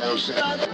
no sense.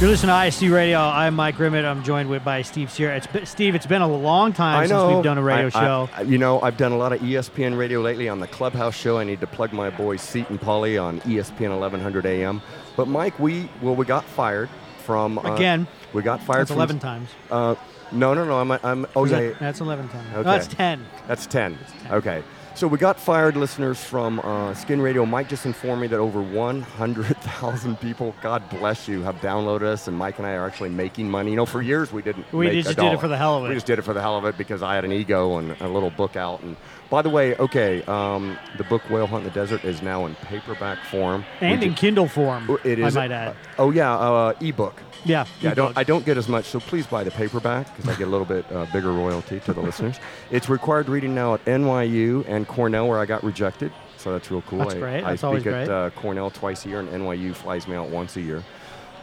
You're listening to ISC Radio. I'm Mike Grimmett. I'm joined with by Steve Sear. It's been, Steve. It's been a long time I since know. we've done a radio I- I- show. I- you know, I've done a lot of E ESPN radio lately on the Clubhouse show. I need to plug my boys Seton Polly on E ESPN 1100 AM. But Mike, we well, we got fired from uh, Again. We got fired that's from 11 times. Uh, no, no, no. I'm I'm oh Was yeah. that- yeah. that's 11 times. No, Okay. that's 10. That's 10. Okay. So we got fired listeners from uh, Skin Radio. Mike just informed me that over 100,000 people, God bless you, have downloaded us, and Mike and I are actually making money. You know, for years we didn't. We make just a did it dollar. for the hell of it. We just did it for the hell of it because I had an ego and a little book out. And by the way, okay, um, the book Whale Hunt in the Desert is now in paperback form. And We in ju- Kindle form, it is. I might add. oh yeah, uh, ebook. yeah. Yeah, I ebook. don't, I don't get as much, so please buy the paperback because I get a little bit uh, bigger royalty to the listeners. It's required reading now at NYU and Cornell, where I got rejected, so that's real cool. That's I, great. I That's speak always at great. Uh, Cornell twice a year, and NYU flies me out once a year.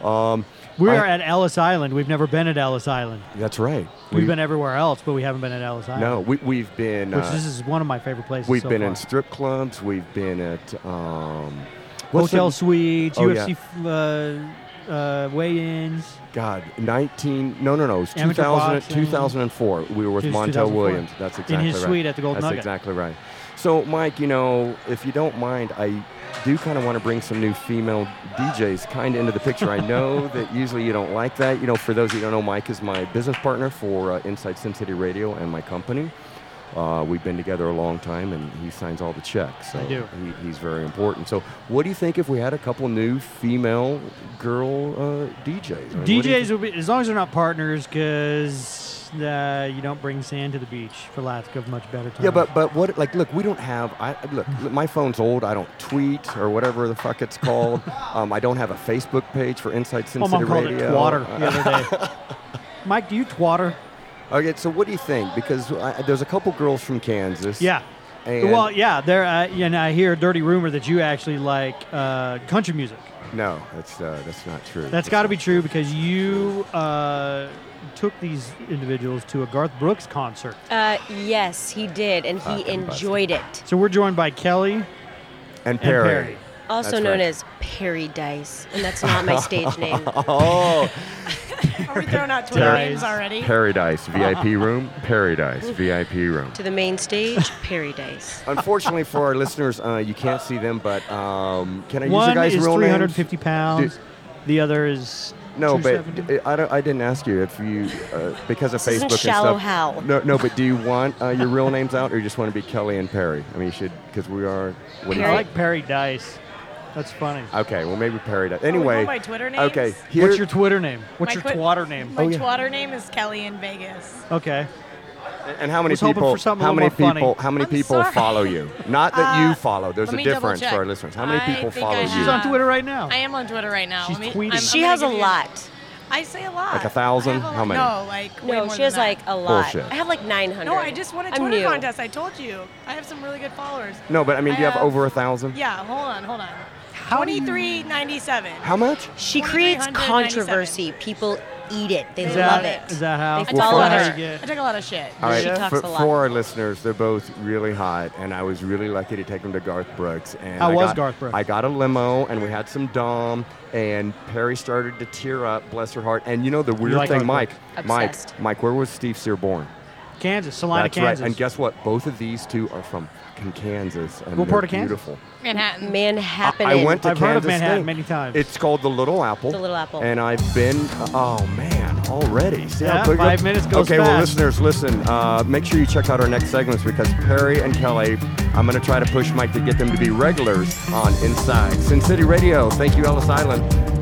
Um, we I- are at Ellis Island. We've never been at Ellis Island. That's right. We've We- been everywhere else, but we haven't been at Ellis Island. No, we, we've been. Which uh, this is one of my favorite places. we've so been far. in strip clubs. We've been at. Um, what's the- hotel suites, Oh, yeah. UFC uh, uh, weigh-ins. God, 19, no, no, no, it was Amateur 2000, boxing. 2004. We were with It was Montel 2004. Williams. That's exactly In his right. suite at the Golden That's Nugget. exactly right. So, Mike, you know, if you don't mind, I do kind of want to bring some new female DJs kind of into the picture. I know that usually you don't like that. You know, for those of you who don't know, Mike is my business partner for uh, Inside Sin City Radio and my company. Uh, we've been together a long time, and he signs all the checks. So I do. He, he's very important. So, what do you think if we had a couple new female girl uh, DJs? I mean, what do you think? DJs will be as long as they're not partners, because uh, you don't bring sand to the beach, for lack of much better term. Yeah, but but what? Like, look, we don't have. I look, look, my phone's old. I don't tweet or whatever the fuck it's called. um, I don't have a Facebook page for Inside Sin my City Oh, mom called Radio. it twatter Uh, the other day. Mike, do you twatter? Okay, so what do you think? Because I, there's a couple girls from Kansas. Yeah. And well, yeah. There, uh, and I hear a dirty rumor that you actually like uh, country music. no, that's uh, that's not true. That's got to be true because you uh, took these individuals to a Garth Brooks concert. Uh, yes, he did, and he Hot combustion. enjoyed it. So we're joined by Kelly. and Perry. Perry. Also That's known right. as Perry Dice, and that's not my stage name. Oh, Are we throwing out Twitter Dies. names already? Paradise VIP room. Paradise VIP room. To the main stage, Perry Dice. Unfortunately for our listeners, uh, you can't see them, but um, can I use your One guys' is real names? 350 pounds. Dude. The other is No, but 270. d- I, don't, I didn't ask you if you uh, because of This Facebook isn't and shallow stuff. hell. No, no, but do you want uh, your real names out, or you just want to be Kelly and Perry? I mean, you should because we are. What do you I Perry. think? like Perry Dice. That's funny. Okay, well maybe Perry. Does. Oh, we Anyway, going by Twitter names? okay. What's Here, What's your Twitter name? What's My your twi- Twitter name? My Oh, yeah. Twitter name is Kelly in Vegas. Okay. and how many was hoping people? for something a How little many more funny. people? How many I'm people sorry. follow you? Not that you Uh, follow. There's let a me double difference for check. our listeners. How many I people think follow I you? She's on Twitter right now. I am on Twitter right now. Oh. She's Let me- tweeting. I'm- I'm She gonna has a give you- lot. I say a lot. Like a thousand? I have a How lot. many? No, like way No, more she than has that. like a lot. Bullshit. I have like 900. No, I just won a I'm Twitter new. contest. I told you. I have some really good followers. No, but I mean, do you have have- over a thousand? Um, Yeah, hold on, hold on. How do you- 2397. How much? She creates 2397. controversy. People eat it. They Is love that- it. is that how- They I Well, follow took, a lot for her. of, her- shit. I took a lot of shit. All right, She talks for, a lot. for our listeners, they're both really hot, and I was really lucky to take them to Garth Brooks. And How I was got, Garth Brooks? I got a limo, and we had some Dom, and Perry started to tear up, bless her heart. And you know the weird like thing, Garth Mike, Brooks? Mike, Obsessed. Mike, where was Steve Sear born? Kansas, Salina, That's Kansas. right. And guess what? Both of these two are from fucking Kansas, and What they're part of Kansas? beautiful. Manhattan. Manhattan. I went to I've heard of Kansas Manhattan State. many times. It's called the Little Apple. The Little Apple. And I've been. Oh man, already. See how Yeah, quick it- five minutes goes Okay, well, fast. listeners, listen. Uh, make sure you check out our next segments because Perry and Kelly. I'm going to try to push Mike to get them to be regulars on Inside Sin City Radio. Thank you, Ellis Island.